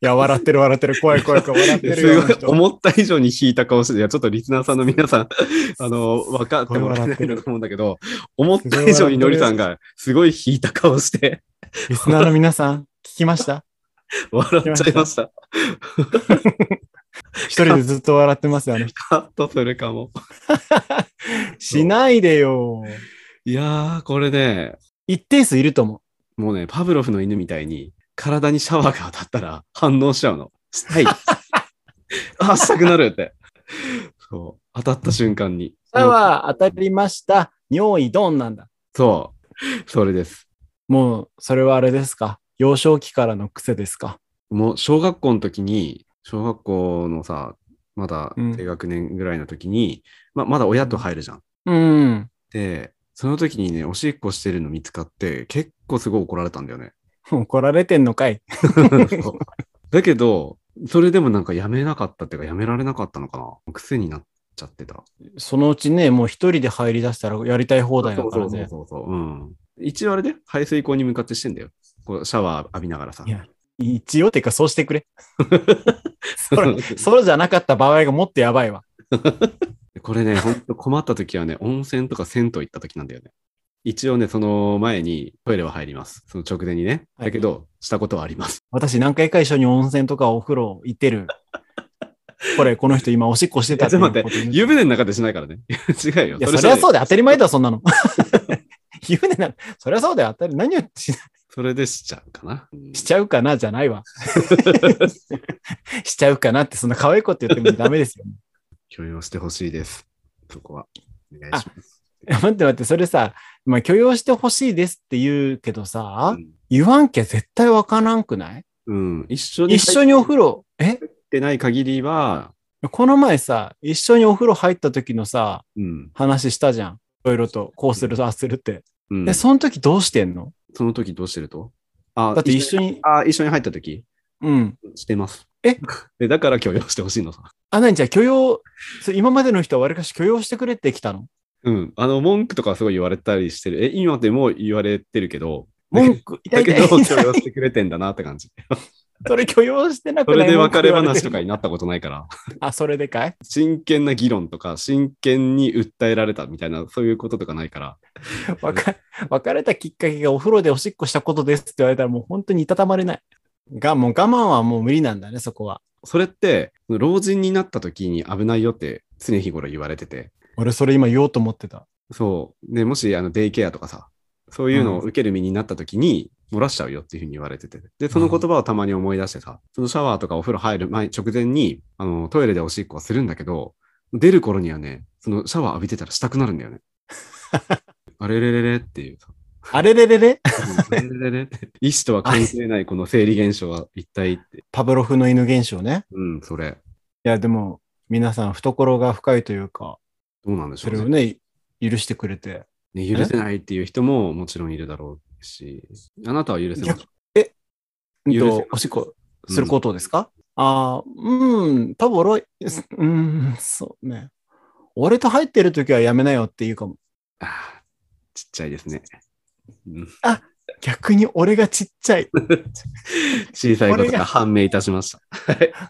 いや、笑ってる笑ってる。怖い怖い怖い。笑ってるすよ。ごい、思った以上に引いた顔してて、いやちょっとリスナーさんの皆さん、あの、分かってもらえないと思うんだけど、思った以上にのりさんがすごい引いた顔して、リスナーの皆さん、聞きました 笑っちゃいま した。一人でずっと笑ってますよ、あの人。カットするかも。しないでよ。いやー、これね、一定数いると思う。もうね、パブロフの犬みたいに、体にシャワーが当たったら反応しちゃうの。したい。 あ、したくなるって。そう。当たった瞬間に。シャワー当たりました。尿意ドンなんだ。そう。それです。もう、それはあれですか幼少期からの癖ですかもう小学校の時に、小学校のさ、まだうん低学年ぐらいの時に、ままだ親と入るじゃん。うん。で、その時にね、おしっこしてるの見つかって、結構すごい怒られたんだよ ね。怒られてんのかい。そうだけど、それでもなんかやめなかったっていうか、やめられなかったのかな。癖になっちゃってた。そのうちね、もう一人で入り出したらやりたい放題だそうかそらうそうね。そうそう。うん。一応あれで、排水口に向かってしてんだよ。こうシャワー浴びながらさい。や一応っていうか、そうして くれ。それ、それじゃなかった場合がもっとやばいわ。これね、ほんと困った時はね、温泉とか銭湯行った時なんだよね。一応ね、その前にトイレは入ります。その直前にね。はいだけど、したことはあります。私何回か一緒に温泉とかお風呂行ってる。これ、この人今おしっこしてたちょっと待いうことって、に湯船の中でしないからね。 違うよ。いや、それはそうだ。で当たり前だよ、そん なの。湯船なんそれはそうだよ、当たり、何をしそれでしちゃうかな。 しちゃうかな、じゃないわ。しちゃうかなって、そんな可愛いこと言ってもダメですよ。許容してほしいです。そこは。お願いします。いや 待って待って、それさ、まあ、許容してほしいですって言うけどさ、うん言わんきゃ絶対わからんくないうん。一緒に一緒にお風呂、え入ってない限りは、この前さ、一緒にお風呂入った時のさ、うん。話したじゃん。いろいろと、こうする、ああするって。うんで、その時どうしてんのその時どうしてるとあだって一緒に、あ、一緒に入った時うん。してます。え でだから許容してほしいのさ。あ、なにじゃあ許容、そう今までの人はわりかし許容してくれってき たのうん。あの、文句とかすごい言われたりしてる。え、今でも言われてるけど、文句、痛いだけ痛どい許容痛しいてくれてんだなって感じ。それ許容してなく そなれいで別れ話と文句言わかれてになったことないから、るあ、それでかい 真剣な議論とか、真剣に訴えられたみたいな、そういうこととかないから、わか別れたきっかけがお風呂でおしっこしたことですって言われたらもう本当にいたたまれない。が、もう我慢はもう無理なんだね、そこは。それって、老人になった時に危ないよって常日頃言われてて、俺それ今言おうと思ってた。そう。で、もし、あの、デイケアとかさ、そういうのを受ける身になった時に、漏らしちゃうよっていうふうに言われてて。で、その言葉をたまに思い出してさ、そのシャワーとかお風呂入る前、直前に、あの、トイレでおしっこはするんだけど、出る頃にはね、そのシャワー浴びてたらしたくなるんだよね。あれれれれっていうさ。あれれれれあれれれれって意思とは関係ないこの生理現象は一体って。パブロフの犬現象ね。うん、それ。いや、でも皆さん懐が深いというか、どうなんでしょそうれをね。ね、許してくれて。ね許せないっていう人ももちろんいるだろうし、あなたは許せます。うん許せとおしっこすることですか、ああ、うん、多分俺は、うん、そうね。俺と入ってる時はやめなよって言うかも。あーちっちゃいですね。うん逆に俺がちっちゃい。小さいことこれがが判明いたしました。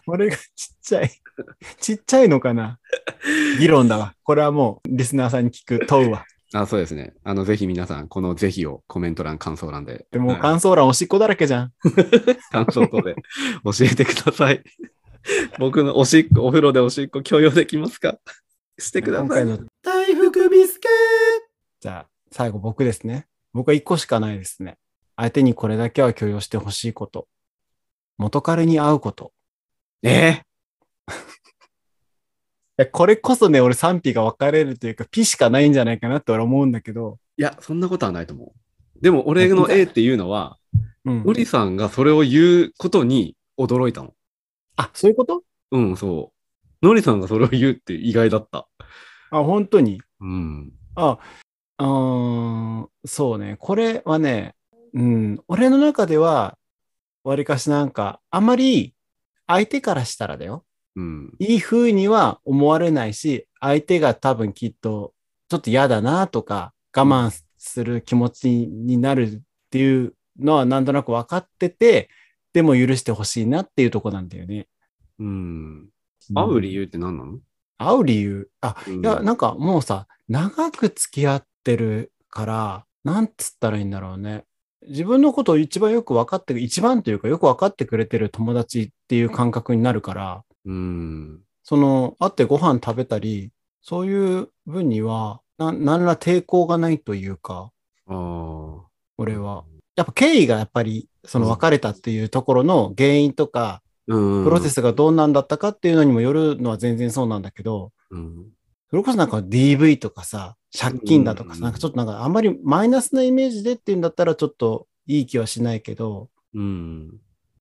俺がちっちゃい。ちっちゃいのかな議論だわ。これはもうリスナーさんに聞く問うわ。あそうですね。あの、ぜひ皆さん、このぜひをコメント欄、感想欄で。でもはい感想欄おしっこだらけじゃん。感想等で教えてください。 僕のおしっこ、お風呂でおしっこ許容できますかしてくだ今さ回い。の、大福ビスケじゃあ最後僕ですね。僕は一個しかないですね。相手にこれだけは許容してほしいこと。元彼に会うこと。えいやこれこそね、俺賛否が分かれるというか、ピしかないんじゃないかなって俺思うんだけど、ーいや、そんなことはないと思う。でも、俺の A っていうのは、うんウリさんがそれを言うことに驚いたの。あ、そういうことうん、そう。ノリさんがそれを言うって意外だった。あ、本当にうん。あ、うーん、そうね。これはね、うん、俺の中では、わりかしなんか、あまり相手からしたらだよ。うん。いい風には思われないし、相手が多分きっと、ちょっと嫌だなとか、我慢する気持ちになるっていうのはなんとなく分かってて、でも許してほしいなっていうとこなんだよね。うん。会う理由って何なの、会う理由。あ、うんいや、なんかもうさ、長く付き合ってるから、なんつったらいいんだろうね。自分のことを一番よく分かって、一番というかよく分かってくれてる友達っていう感覚になるから、うん。その、会ってご飯食べたり、そういう分には、な何ら抵抗がないというか、ああ。俺は。やっぱ経緯がやっぱり、その別れたっていうところの原因とか、うん。プロセスがどんなんだったかっていうのにもよるのは全然そうなんだけど、うん。それこそなんか DV とかさ、借金だとかうさ、んなんかちょっとなんかあんまりマイナスなイメージでっていうんだったらちょっといい気はしないけど、うん。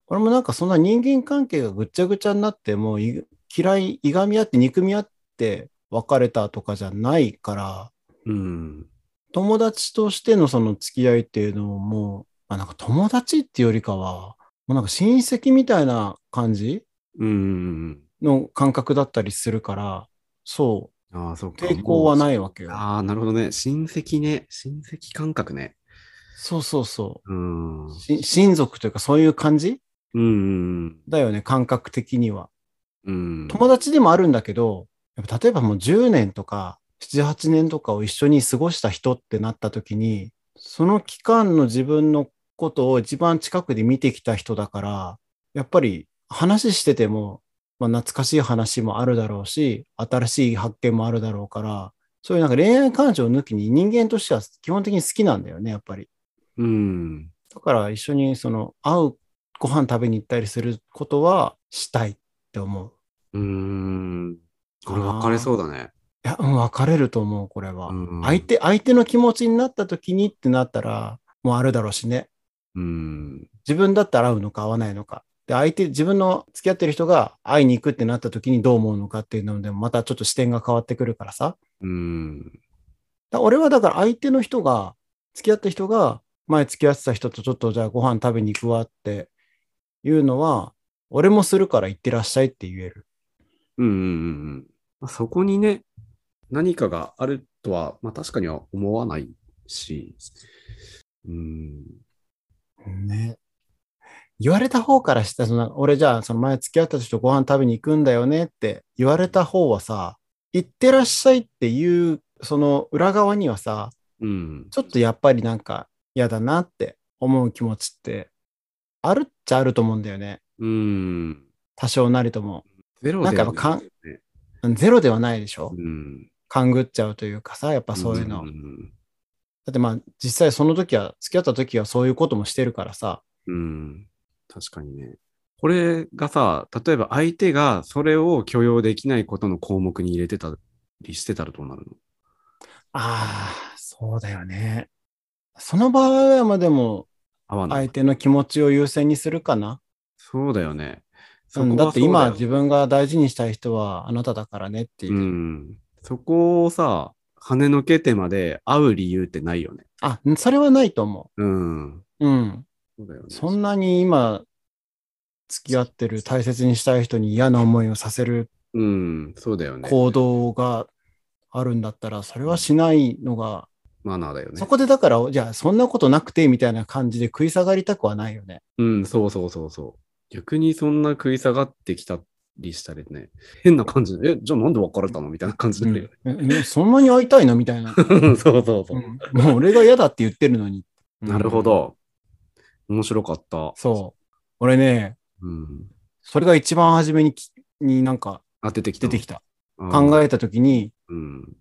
俺もなんかそんな人間関係がぐっちゃぐちゃになって、もうい嫌い、いがみ合って憎み合って別れたとかじゃないから、うん。友達としてのその付き合いっていうのをもう、あなんか友達っていうよりかは、もうなんか親戚みたいな感じうん。の感覚だったりするから、そああ、そうう、か。。抵抗はないいわけよ。ああ、なるほどね。親戚ね。親戚感覚ね。そうそうそうん。うんう。し親族というかそういう感じうん。だよね、感覚的には。うん。友達でもあるんだけど、やっぱ例えばもう10年とか、7、8年とかを一緒に過ごした人ってなった時に、その期間の自分のことを一番近くで見てきた人だから、やっぱり話してても、まあ、懐かしい話もあるだろうし、新しい発見もあるだろうから、そういうなんか恋愛感情を抜きに人間としては基本的に好きなんだよね、やっぱり。うん。だから一緒にその会うご飯食べに行ったりすることはしたいって思う。うん。これ分かれそうだね。いや、うん、分かれると思う、これは。うん相手、相手の気持ちになった時にってなったら、もうあるだろうしね。うん。自分だったら会うのか会わないのか。で、相手、自分の付き合ってる人が会いに行くってなった時にどう思うのかっていうのでも、またちょっと視点が変わってくるからさ。うん。だ俺はだから相手の人が、付き合った人が、前付き合ってた人とちょっとじゃあご飯食べに行くわっていうのは、俺もするから行ってらっしゃいって言える。うんうんうんうんまあそこにね、何かがあるとは、まあ確かには思わないし、うん、ね。言われた方からしたら、その俺じゃあ、その前付き合った人とご飯食べに行くんだよねって言われた方はさ、行ってらっしゃいっていう、その裏側にはさ、うん、ちょっとやっぱりなんか嫌だなって思う気持ちって、あるっちゃあると思うんだよね。うん、多少なりとも。ゼロではなんかやっぱかんいですねゼロではないでしょうん、勘ぐっちゃうというかさ、やっぱそういうの。んだってまあ、実際その時は、付き合った時はそういうこともしてるからさ、うん、確かにね。これがさ、例えば相手がそれを許容できないことの項目に入れてたりしてたらどうなるのああ、そうだよね。その場合は、まあでも、合わない。相手の気持ちを優先にするかな。そうだよね。そうん、こだはってそうよ今自分が大事にしたい人はあなただからねっていう。うん、そこをさ、跳ねのけてまで会う理由ってないよね。あ、それはないと思うん。う。うん。そうだよね。そんなに今付き合ってる大切にしたい人に嫌な思いをさせるうん、そうだよね。行動があるんだったら、それはしないのが、マナーだよね。そこでだから、じゃあそんなことなくてみたいな感じで食い下がりたくはないよね。うん、そうそうそうそう。逆にそんな食い下がってきたりしたりね、変な感じで、え、じゃあなんで別れたのみたいな感じになるよね。うんえそんなに会いたいのみたいな。そうそうそう。 うんもう俺が嫌だって言ってるのに。なるほ。ど。面白かった。そう。俺ね、うん。それが一番初めにき、になんかあ、出てきた出の。てきうた。ん考えたときに、うん。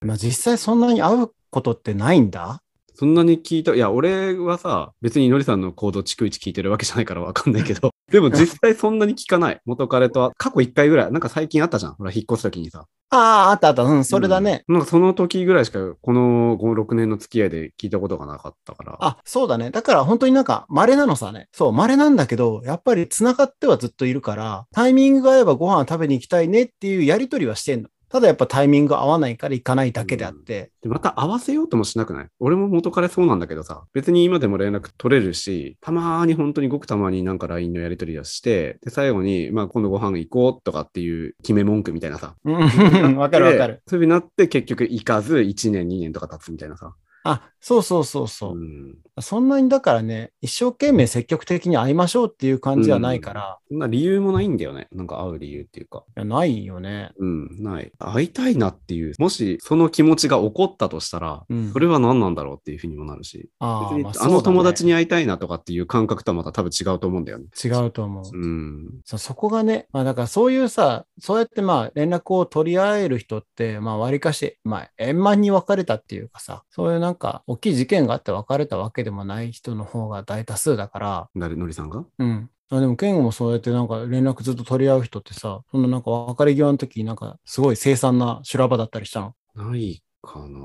まあ実際そんなに会うことってないんだそんなに聞いた、いや、俺はさ、別にのりさんの行動逐一聞いてるわけじゃないからわかんないけ ど、でも実際そんなに聞かない。元彼とは、過去一回ぐらい、なんか最近あったじゃん。ほら、引っ越すときにさ。ああ、あったあった。うん、それだね。うん。なんかその時ぐらいしか、この5、6年の付き合いで聞いたことがなかったから。あ、そうだね。だから本当になんか稀なのさね。そう、稀なんだけど、やっぱり繋がってはずっといるから、タイミングが合えばご飯食べに行きたいねっていうやりとりはしてんの。ただやっぱタイミング合わないから行かないだけであって。で、また合わせようともしなくない俺も元彼そうなんだけどさ、別に今でも連絡取れるし、たまーに本当にごくたまになんか LINE のやり取りをして、で、最後に、まあ今度ご飯行こうとかっていう決め文句みたいなさ。うん、 わかるわかでる。。そういうふうになって結局行かず1年2年とか経つみたいなさ。あ、そうそうそうそう。ん。そんなにだからね、一生懸命積極的に会いましょうっていう感じはないから、そんな理由もないんだよね。なんか会う理由っていうか。いやないよね。うん、ない。会いたいなっていう、もしその気持ちが起こったとしたら、うんそれは何なんだろうっていうふうにもなるし、あ別ーにまああの友達にに会いたいなとかっていう感覚とはまた多分違うと思うんだよね。違うと思う。うん。そうそこがね、まあだからそういうさ、そうやってまあ連絡を取り合える人って、まあ割かし、まあ円満に別れたっていうかさ、そういうなんか大きい事件があって別れたわけでもない人の方が大多数だから、誰、のりさんがうん。あでも、健吾もそうやってなんか連絡ずっと取り合う人ってさ、そんななんか別れ際の時になんかすごい凄惨な修羅場だったりしたの。ないかな。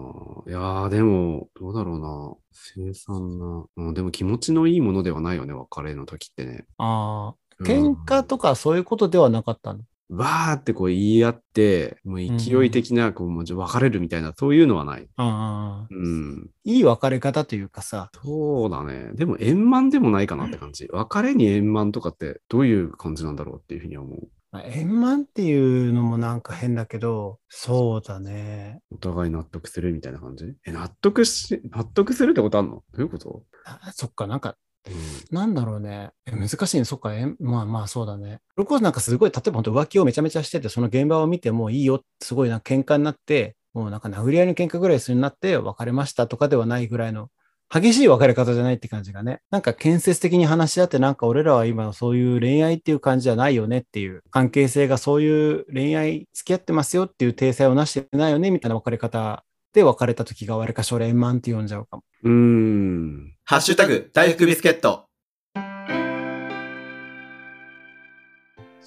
いやー、でも、どうだろうな。生産な。うん、でも気持ちのいいものではないよね、別れの時ってね。ああ、うん喧嘩とかそういうことではなかったの。わーってこう言い合って、もう勢い的な、こう、もうじゃあ別れるみたいな、そういうのはない。ああ、うん。いい別れ方というかさ、そうだね。でも円満でもないかなって感じ。別れに円満とかってどういう感じなんだろうっていうふうには思う。まあ円満っていうのもなんか変だけど、そうだね。お互い納得するみたいな感じえ、納得し、納得するってことあんのどういうこと、あそっか、なんか、うん、なんだろうね。え難しいね。そっか、えまあまあそうだね。それこそなんかすごい、例えば本当浮気をめちゃめちゃしてて、その現場を見てもういいよ、すごいな喧嘩になって、もうなんか殴り合いの喧嘩ぐらいするようになって別れましたとかではないぐらいの、激しい別れ方じゃないって感じがね。なんか建設的に話し合って、なんか俺らは今そういう恋愛っていう感じじゃないよねっていう、関係性がそういう恋愛付き合ってますよっていう体裁をなしてないよねみたいな別れ方で別れた時がわりかし俺円満って呼んじゃうかも。うーん。ハッシュタグ、大福ビスケット。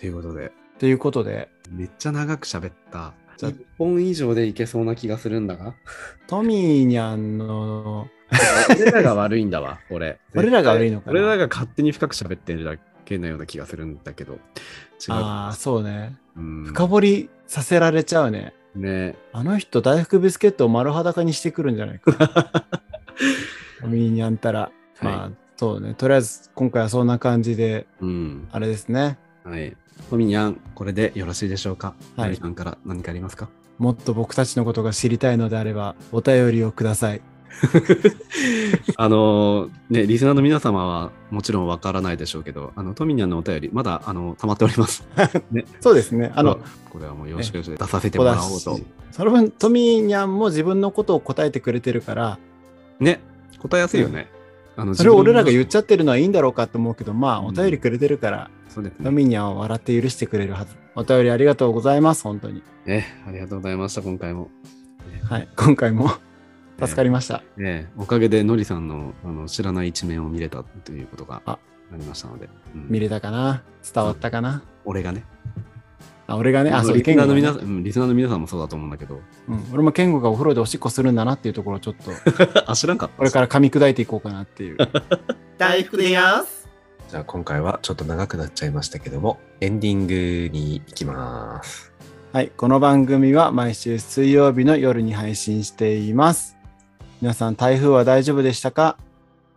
ということで、ということで、めっちゃ長く喋 った。じゃあ、1本以上でいけそうな気がするんだが。トミーニャンの 俺らが悪いんだわ、俺。俺らが悪いのかな俺らが勝手に深く喋ってるだけのような気がするんだけど。違う。ああ、そうね。うん、深掘りさせられちゃうね。ね。あの人、大福ビスケットを丸裸にしてくるんじゃないか。 ミーニャンたら。まあ、そうね。とりあえず、今回はそんな感じで、うん。あれですね。はい。トミニャン、これでよろしいでしょうかははいい。さんから何かありますかもっと僕たちのことが知りたいのであれば、お便りをください。あのーね、リスナーの皆様はもちろんわからないでしょうけど、あの、トミニャンのお便り、まだ、あの、溜まっております。そうですね。あの、、これはもうよろしくよろしく出させてもらおうおと出し。その分、トミーニャンも自分のことを答えてくれてるから、ね。答えやすいよね。あのそれを俺らが言っちゃゃってるのはいいんだろうかと思うけど、まあ、お便りくれてるから、そうですトね。ミーニャンは笑って許してくれるはず。お便りありがとうございます、本当に。ねありがとうございました、今回も。はい、今 回も助かりました。ね、おかげでのりさんのあの知らない一面を見れたということがあありましたので、うん見れたかな伝わったかな俺がね、あ、俺がね、あ、あのそう、リス健ナ吾ーのが皆さねん、うんリスナーの皆さんもそうだと思うんだけ ど、うん、俺も健吾がお風呂でおしっこするんだなっていうところをちょっ と、あ、知らんかった。これから噛み砕いていこうかな っていう。大福でやーす。じゃあ今回はちょっと長くなっちゃいましたけども、エンディングに行きます。はい、この番組は毎週水曜日の夜に配信しています。皆さん、台風は大丈夫でしたか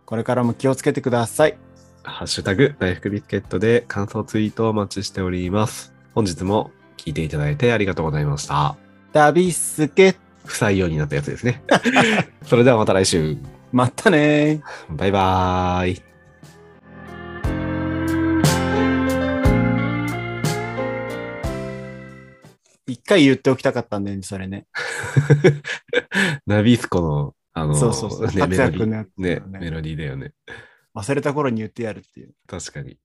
これからも気をつけてください。ハッシュタグ、大福ビスケットで感想ツイートをお待ちしております。本日も聞いていただいてありがとうございました。ダビスケ、不採用になったやつ ですね。それではまた来週。またねー。バイバーイ。一回言っておきたかったんだよね、それね。ナビスコの、あの、そうそうそう。ね、メロディ君ーのやつだねよメロディーだよね。忘れた頃に言ってやるっていう。確かに。